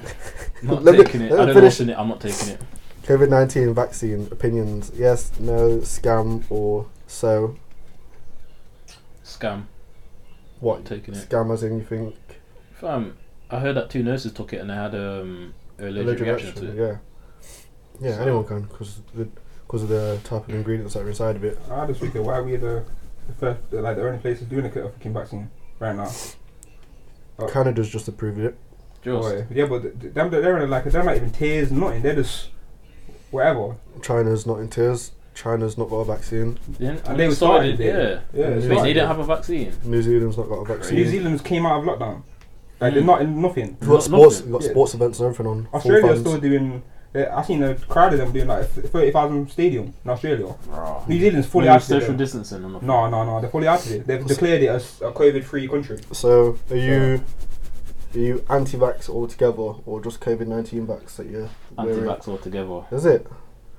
Not Let me- taking it. let me I don't know finish. what's in it. I'm not taking it. COVID 19 vaccine opinions. Yes, no, scam, or so. Scam. What? Taking it. Scam as in you think? Fam, I heard that two nurses took it and they had um allergic allergic reaction to reaction, it. Yeah. Yeah, So- anyone can because because of the type of ingredients that are inside of it. I just think that why we the, the first, like the only places doing a fucking vaccine right now. Canada's just approved it. Just Boy, yeah, but th- them they're in like they're not even tears, nothing. They're just whatever. China's not in tears. China's not got a vaccine. Then- And when they it were started, started it. yeah. Yeah, Wait, it's Wait, like- they didn't have a vaccine. New Zealand's not got a vaccine. New Zealand's came out of lockdown. Like they're Mm. not in nothing. We've got Not sports. nothing. We've got Yeah. sports events and everything on. full Australia's fans. still doing. they- I seen a crowd of them doing like thirty thousand stadium in Australia. Bruh. New Zealand's fully Maybe out of it. social though. distancing. I'm not No, no, no. They're fully out of it. They've declared it as a COVID-free country. So are you? Are you anti-vax altogether, or just COVID nineteen vax that you're wearing? anti-vax altogether. Is it?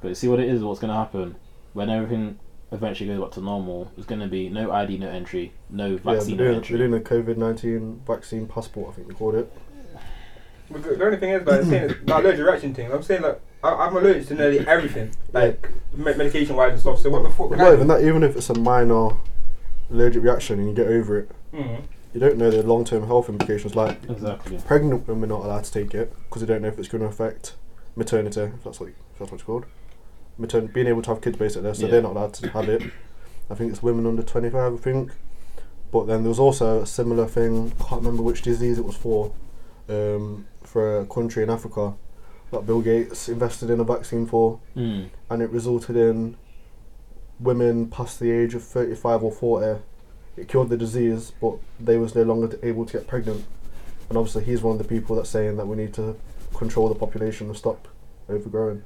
But see what it is, what's going to happen when everything eventually goes back to normal? It's going to be no ID, no entry, no vaccine yeah, they're no doing, entry. they're doing a COVID nineteen vaccine passport. I think they called it. But The the only thing is, like, saying it's that allergic reaction thing. I'm saying like I, I'm allergic to nearly everything, like me- medication wise and stuff. So what the fuck? Not even that. Even if it's a minor allergic reaction and you get over it, Mm. you don't know the long-term health implications. Like Exactly. pregnant women are not allowed to take it because they don't know if it's going to affect maternity, if that's what, if that's what it's called. Matern- being able to have kids basically, so Yeah. they're not allowed to have it. I think it's women under 25, I think. But then there was also a similar thing, I can't remember which disease it was for, um, for a country in Africa that Bill Gates invested in a vaccine for, Mm. and it resulted in women past the age of 35 or 40. It cured the disease, but they was no longer t- able to get pregnant. And obviously, he's one of the people that's saying that we need to control the population and stop overgrowing.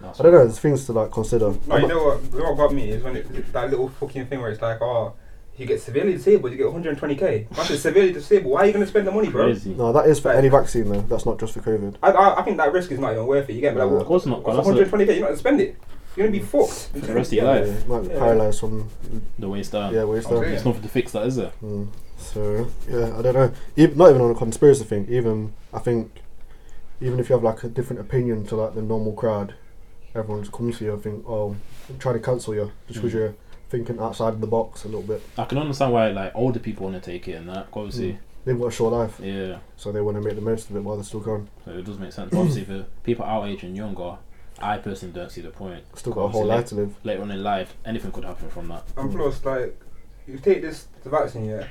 That's I don't know. There's things to like consider. No, I'm you not- know what? you know What got me is when it, that little fucking thing where it's like, oh, you get severely disabled, you get 120k. That's it, severely disabled. Why are you gonna spend the money, bro? Crazy. no, that is for any vaccine though. That's not just for COVID. I, I, I think that risk is not even worth it. You get me? Like, No, what- of course not, 'cause what's that's a- 120k, you're not gonna spend it. You're gonna be fucked. for the rest of your life. Might be Yeah. paralysed from The waist down. yeah waist Okay. down. It's nothing to fix that, is it? Mm. So yeah, I don't know. Even, not even on a conspiracy thing. Even I think, even if you have like a different opinion to like the normal crowd, everyone's comes to you and think, oh, I'm trying to cancel you just because Mm. you're thinking outside the box a little bit. I can understand why like older people want to take it and that. 'cause Obviously, They've got a short life, yeah. so they want to make the most of it while they're still going. So it does make sense. But obviously, for people our age and younger, I personally don't see the point. Still got a Obviously, whole life to live. Later on in life, anything could happen from that. And Mm. plus, like, you take this the vaccine, yeah.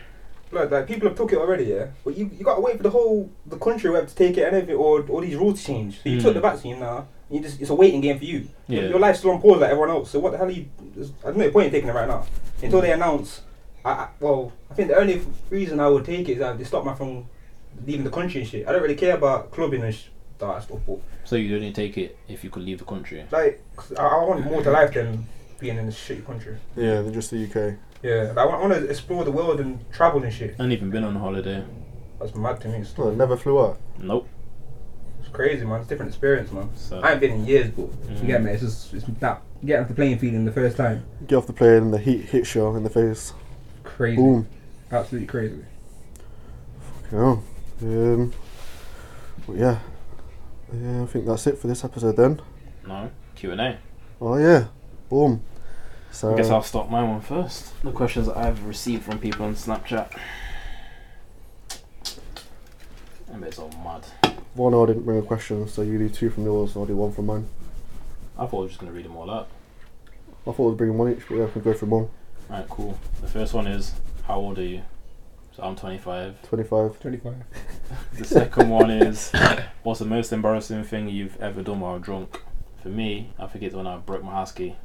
Blood, like people have took it already, yeah. But you, you gotta wait for the whole the country web to take it and everything, or all these rules to change. So you Mm. took the vaccine now. You just it's a waiting game for you. Yeah. Your life's still on pause like everyone else. So what the hell are you? there's- There's no point in taking it right now until they announce. I, I well, I think the only reason I would take it is that they stop me from leaving the country and shit. I don't really care about clubbing and sh- that stuff. But So you'd only take it if you could leave the country. like, 'cause I, I want more to life than being in a shitty country. Yeah, than just the UK. Yeah, like, I want to explore the world and travel and shit. And even been on holiday. That's mad to me. It's, Well, Oh, it never flew out. Nope. it's crazy, man. It's a different experience, man. So I ain't been in years, but Mhm. you get me. It's just it's that getting off the playing field in the first time. Get off the plane and the heat hits you in the face. Crazy, Boom. absolutely crazy. Cool. Um, but yeah. yeah, I think that's it for this episode then. no Q and A. Oh yeah, boom. So I guess I'll start my one first. The questions that I've received from people on Snapchat. And it's all mad. one I didn't bring a question, so you do two from yours, I'll do one from mine. I thought I was just gonna read them all out. I thought we'd bring one each, but yeah, I can go for one. Alright, cool. The first one is how old are you? So I'm 25. Twenty-five. Twenty-five. The second one is what's the most embarrassing thing you've ever done while drunk? For me, I think it's when I broke my house key.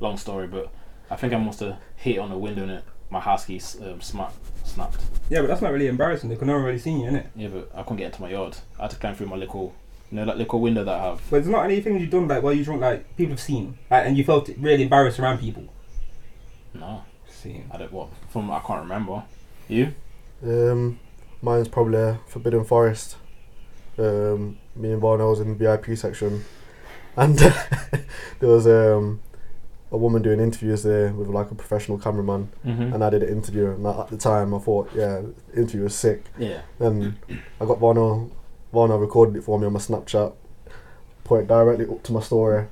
Long story, but I think I must have hit on a window and it, my house key s- um, smacked, snapped. Yeah, but that's not really embarrassing. They could not really seen you in it. Yeah, but I couldn't get into my yard. I had to climb through my little, you know, that little window that I have. But there's not anything you've done like while you drunk, like people have seen, like, and you felt really embarrassed around people. No, Seen. I don't what from I can't remember. You? Um, mine's probably uh, Forbidden Forest. Um, me and Barney was in the VIP section, and there was um a woman doing interviews there with like a professional cameraman, Mm-hmm. and I did an interview, and at the time I thought, yeah, the interview was sick. Yeah. Then Um, I got Varno. Varno recorded it for me on my Snapchat, put it directly up to my story.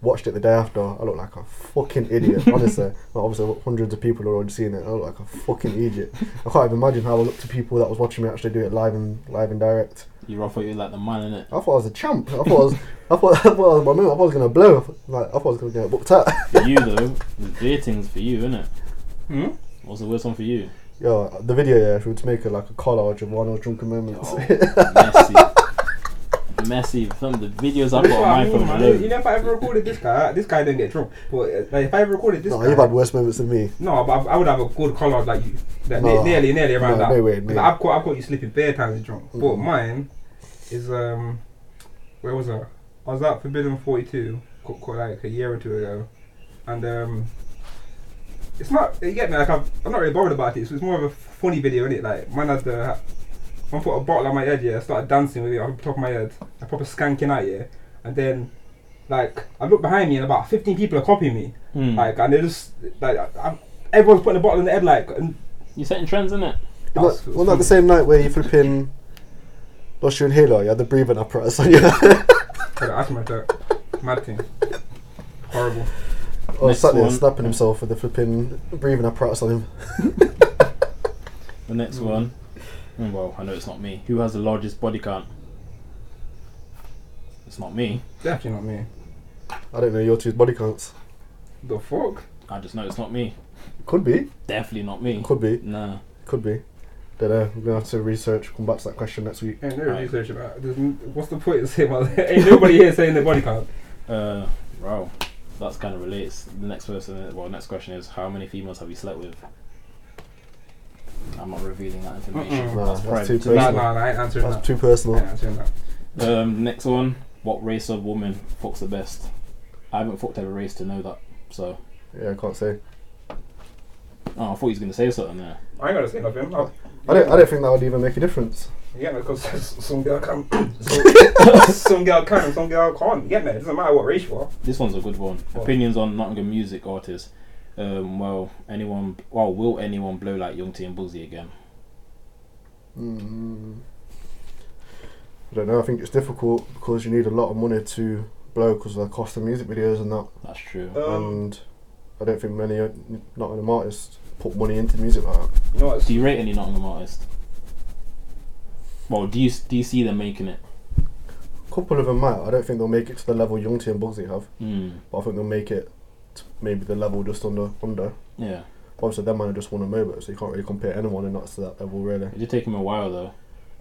Watched it the day after. I look like a fucking idiot, honestly. Well, obviously, hundreds of people had already seen it. I look like a fucking idiot. I can't even imagine how I looked to people that was watching me actually do it live and live and direct. You were thought you were like the man in it. I thought I was a champ. I thought I was. I thought, I thought I was my man. I thought I was gonna blow. Like I thought I was gonna get booked out. For you though, the beer thing's for you, innit? Hmm. What's the worst one for you? Yo, the video, yeah, she would make a, like a collage of Varno's drunken moments. Oh, messy. messy. Some of the videos I've That's got what I on my mean, phone man. You alone. you know, if I ever recorded this guy, this guy didn't get drunk. But uh, like, if I ever recorded this no, guy, you've had worse moments than me. No, but I I would have a good collar like you. Like, No. ne- nearly, nearly around No, that. no way, Mm. no. Like, I've, caught, I've caught you sleeping bare times drunk. But Mm-mm. mine is, um, where was I? I was at Forbidden 42, caught, caught like a year or two ago. And, um, it's not, you get me, like, I've, I'm not really bothered about it. So it's more of a funny video, innit? Like, man had the, man put a bottle on my head, yeah. I started dancing with it on top of my head. I proper skanking out, yeah. And then, like, I look behind me and about 15 people are copying me. Hmm. Like, and they just like I, I'm, everyone's putting a bottle in the head, like, and You're setting trends, innit? Well, not, that's- well, not the same night where you flipping lost your inhaler, you had the breathing apparatus on you. Hold on, That's my dirt. Mad thing. Horrible. or Next sat there one. snapping himself with the flipping breathing apparatus on him. The next Mm. one. Mm, Well, I know it's not me. Who has the largest body count? It's not me. Definitely not me. I don't know your two's body counts. The fuck? I just know it's not me. Could be, Definitely not me. could be, Nah. could be. Don't know. We're gonna have to research. Come back to that question next week. Ain't no Right. research about it. There's n- What's the point of saying about Ain't nobody here saying their body count. Uh, wow. That's kind of relates. The next person, well, next question is how many females have you slept with? I'm not revealing that information. Mm-mm. Nah, That's that's private. too to me. Nah, Personal. nah, nah, I ain't answering That's that. too I ain't personal. answering that. Um, next one. What race of woman fucks the best? I haven't fucked every race to know that. So, Yeah, I can't say. oh, I thought he was gonna say something there. I ain't gonna say nothing. I'll, I don't. I don't think that would even make a difference. You get me? Because some girl can, some girl can, and some girl can't. You get me? It doesn't matter what race you are. This one's a good one. What? Opinions on Nottingham music artists. Um, well, anyone? Well, will anyone blow like Young T and Boozy again? Mm. I don't know. I think it's difficult because you need a lot of money to blow because of the cost of music videos and that. That's true. Um, and I don't think many uh, Nottingham artists put money into music like that. you know what? Do you rate any Nottingham artist? Well, do you do you see them making it? A couple of them might. I don't think they'll make it to the level Young T and Bugsy have, Mm, but I think they'll make it to maybe the level just under under. yeah, Obviously, their man just won a moment, so you can't really compare anyone and that's to that level really. it did take him a while though.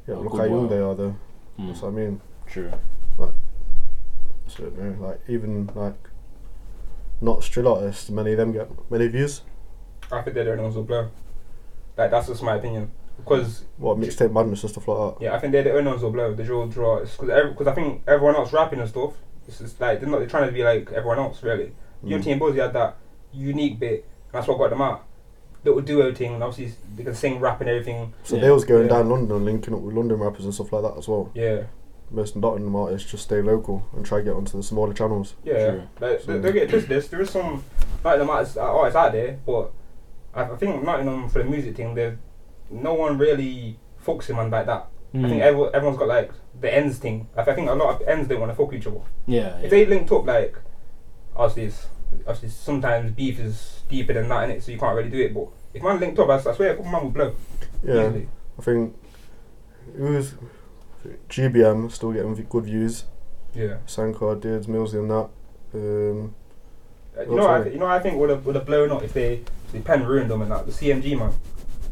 Yeah, Oh, look good how young work. they are though. Mm, That's what I mean. true. So you know, like even like not strill artists, many of them get many views. I think they're the only ones who blow. Like that's just my opinion. Because What mixtape madness and stuff like that. yeah, I think they're the only ones who blow. The real draw because I think everyone else rapping and stuff. It's just like they're not they're trying to be like everyone else really. Mm. Unity and Buzzy had that unique bit. And that's what got them out. Little duo thing, and obviously they can sing, rap, and everything. So Yeah. they was going Yeah. down London, and linking up with London rappers and stuff like that as well. Yeah, Most Nottingham artists just stay local and try to get onto the smaller channels. yeah. True. Like, So- don't don't get it twisted. There's, there is some like them artists, uh, artists out there, but I, I think Nottingham for the music thing, there no one really fucks him on like that. I Mm, think everyone, everyone's got like the ends thing. Like, I think a lot of ends they want to fuck each other. yeah, If yeah. they linked up, like obviously, it's, obviously sometimes beef is deeper than that in it, so you can't really do it. But if man linked up, I, s- I swear, a couple man will blow Yeah, easily. I think it was GBM still getting v- good views. Yeah. Sankar, Dids, Millsy, and that. Um, Uh, You know, what I, Okay. th- you know, what I think would have would have blown up if they the pen ruined them and that the CMG man.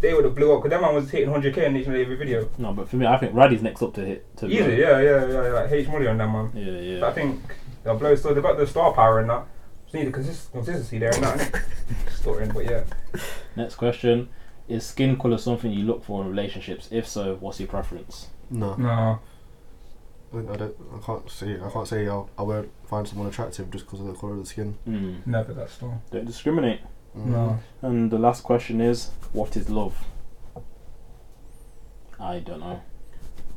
They would have blew up because that man was hitting 100k in each and every video. No, but for me, I think Raddy's next up to hit. To Easy, yeah, yeah, yeah, yeah. Like H Molly on that man. yeah, yeah. But I think they'll blow. So they've got the star power and that. Just need the consist- consistency there and that. innit? Stuttering, but yeah. Next question: Is skin color something you look for in relationships? If so, what's your preference? no, No. I, don't, I can't see. I can't say I, I won't find someone attractive just because of the colour of the skin. Um, Mm. Never that storm. Don't discriminate. Mm. And the last question is: What is love? I don't know.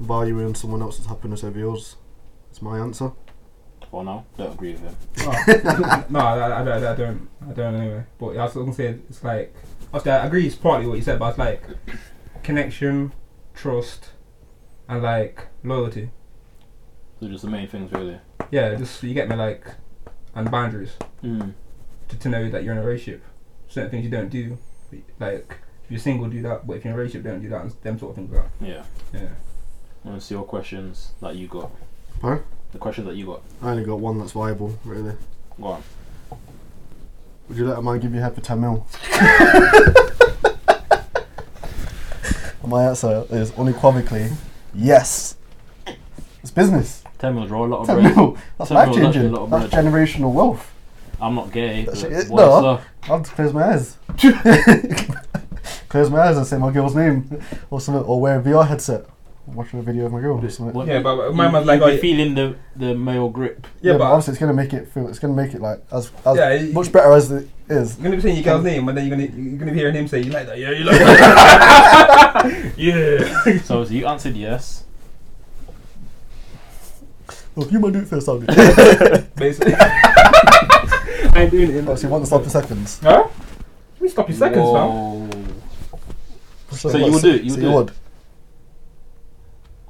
Valuing someone else's happiness over yours. It's my answer. For now, don't agree with him. no, I, I, don't- I don't. I don't anyway. But I was gonna say it's like. Obviously, I agree. It's partly what you said, but it's like connection, trust, and like loyalty. Those are just the main things, really. Yeah, just you get me like, and boundaries Hmm. Mm. to, to know that you're in a relationship. Certain things you don't do, like if you're single, do that. But if you're in a relationship, don't do that. And them sort of things. Like Yeah. that. Yeah. I want to see your questions that you got. Huh? The questions that you got. I only got one that's viable, really. Go on. Would you let a man give you head for 10 mil? My answer is unequivocally yes. It's business. Ten mils roll a lot of 10 bread. mil. That's 10 life Oh, mil, that's a changing. lot of That's bread. generational wealth. I'm not gay. That's but it, what is no. love? I'll just close my eyes. close my eyes and say my girl's name or something, or wear a VR headset. I'm watching a video of my girl or something. What- Yeah, but- but my you- man's like, you be oh, yeah. feeling the the male grip. Yeah, but, but- obviously it's gonna make it feel. It's gonna make it like as, as Yeah, it- much better as it is. You're gonna be saying your girl's name, and then you're gonna you're gonna be hearing him say, "You like that? Yeah, you like that? yeah." So you answered yes. Look, you might do it first, I'll do it. Basically, I ain't doing it. In obviously, one to stop for seconds. Huh? Let me stop your seconds, fam. Whoa. So you would do it, you so would you do it. would.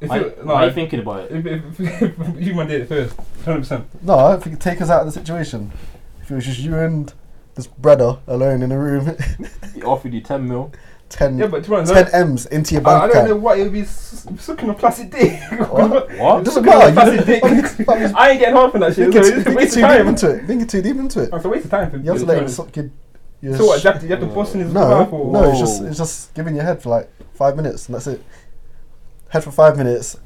If Why, you, no, why are I you think thinking about it? if, if, if you want to do it first, hundred percent. No, if you could take us out of the situation, if it was just you and this brother alone in a room, He offered you ten mil. ten, Yeah, but to be honest, 10 m's into your I, I Mm. bank don't know account. what it would be s- sucking a plastic dick. What? What? It doesn't Sucking matter. a plastic You don't- dick. I ain't getting hard from that You shit. get so too, it's you a get waste too of deep time. into it. You get too deep into it. It's a waste of time for You have to to let be it honest. suck your. your So what? sh- You have to, you have to bust in his no, mouth or no. It's just Whoa. it's just giving your head for like five minutes and that's it. Head for five minutes.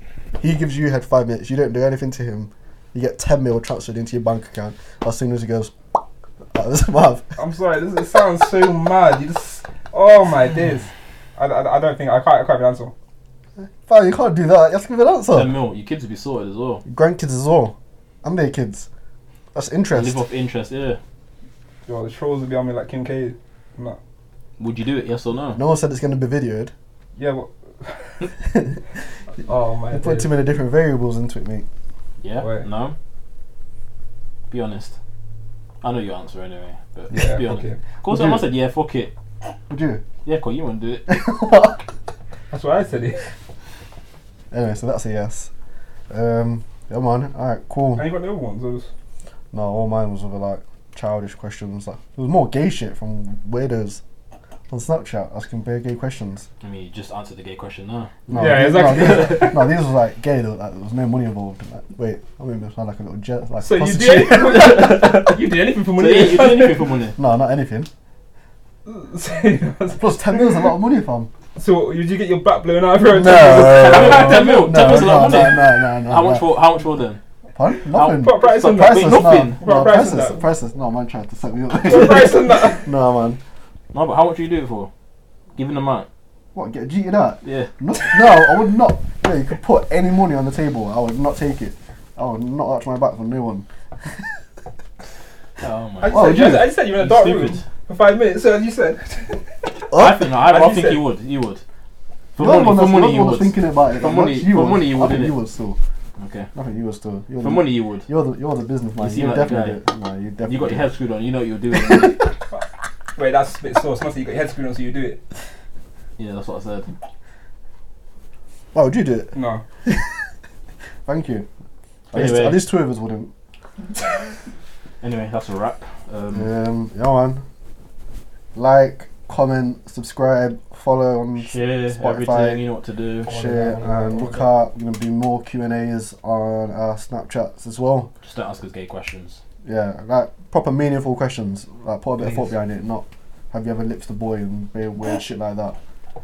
He gives you head five minutes. You don't do anything to him. You get ten mil transferred into your bank account as soon as he goes. Like this mouth. I'm sorry, this it sounds so mad. You just, oh my days. I, I, I don't think I can't I can't answer. Fine, you can't do that. You have to give an Ten answer. mil. Your kids would be sorted as well. Grandkids as well, and their kids. That's interest. Live off interest. Yeah. Yo, the trolls will be on me like Kincaid. I'm not. Would you do it? Yes or no? No one said it's going to be videoed. Yeah, but Oh my You put too many different variables into it, mate. Yeah? Wait. No? Be honest. I know your answer anyway, but Yeah, be honest. okay. Of course, Would I you? said, yeah, fuck it. Would you? Yeah, cool, you won't do it. That's why I said it. anyway, so that's a yes. Um, come on. All right, cool. And you got the other ones. Those. No, all mine was other like childish questions. Like there was more gay shit from weirdos on Snapchat asking bare gay questions. I mean, you just answered the gay question now. No, Yeah, these- exactly. No, these, no, these was like gay. Though, like, there was no money involved. Like, wait, I mean, it sound like a little jet. Like So you prostitute. did. you did anything for So, money. yeah, you did anything for money. No, not anything. so, Plus ten mils, a lot of money, fam. so did you get your back blown out? bro? Ten no, no, mil, no, ten mil's a lot no, no, of money. no, no. How much for? How much for them? Pardon? Nothing. Put a price on Fuck that. Prices, Wait, nothing? No, Put no, a price on prices, that. prices. No, man tried to set me up. Put a price on that. no, man. No, but how much do you do it for? Giving them out. What? Get cheated at? Yeah. No, no, I would not. No, you could put any money on the table. I would not take it. I would not arch my back for no one. Oh my. I just, Oh, said, you, dude. I just said you were in a You dark room stupid. for five minutes. So as you said, I think, no, I, As I you think said. you would. You would. For You're the one money, for that's- you're money, the you one that's would. thinking about it. For not money- you for would. money you I would, think innit? you would still. Okay. I think you would still. You're For the, money, you would. You're the you're the businessman. You You, seem like the definitely do it. No, you definitely. You got your do it. head screwed on. You know what you're doing. wait, that's a bit sauce. Not that you got your head screwed on, so you do it. yeah, that's what I said. Why would you do it? No. Thank you. At, least, Anyway. at least two of us wouldn't. Anyway, that's a wrap. Um, Um, yeah, man. Like, comment, subscribe, follow on Share Spotify. everything. You know what to do. share, and look out. Going to be more Q and A's on our Snapchats as well. Just don't ask us gay questions. Yeah, like proper meaningful questions. Like put a bit of thought Please. behind it, not have you ever lips the boy and weird, weird shit like that.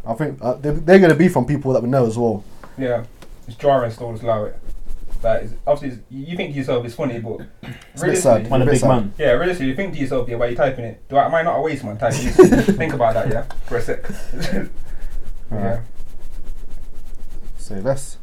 I think uh, they're, they're going to be from people that we know as well. Yeah, it's jarring still just allow it. Like, it's, obviously, it's, you you think to yourself it's funny, but It's a bit sad. Man, a bit big sad. man. Yeah, realistically, you think to yourself, yeah, while you're typing it, do I, am I not a waste man typing this? think about that, yeah, for a sec. yeah. Alright, So that's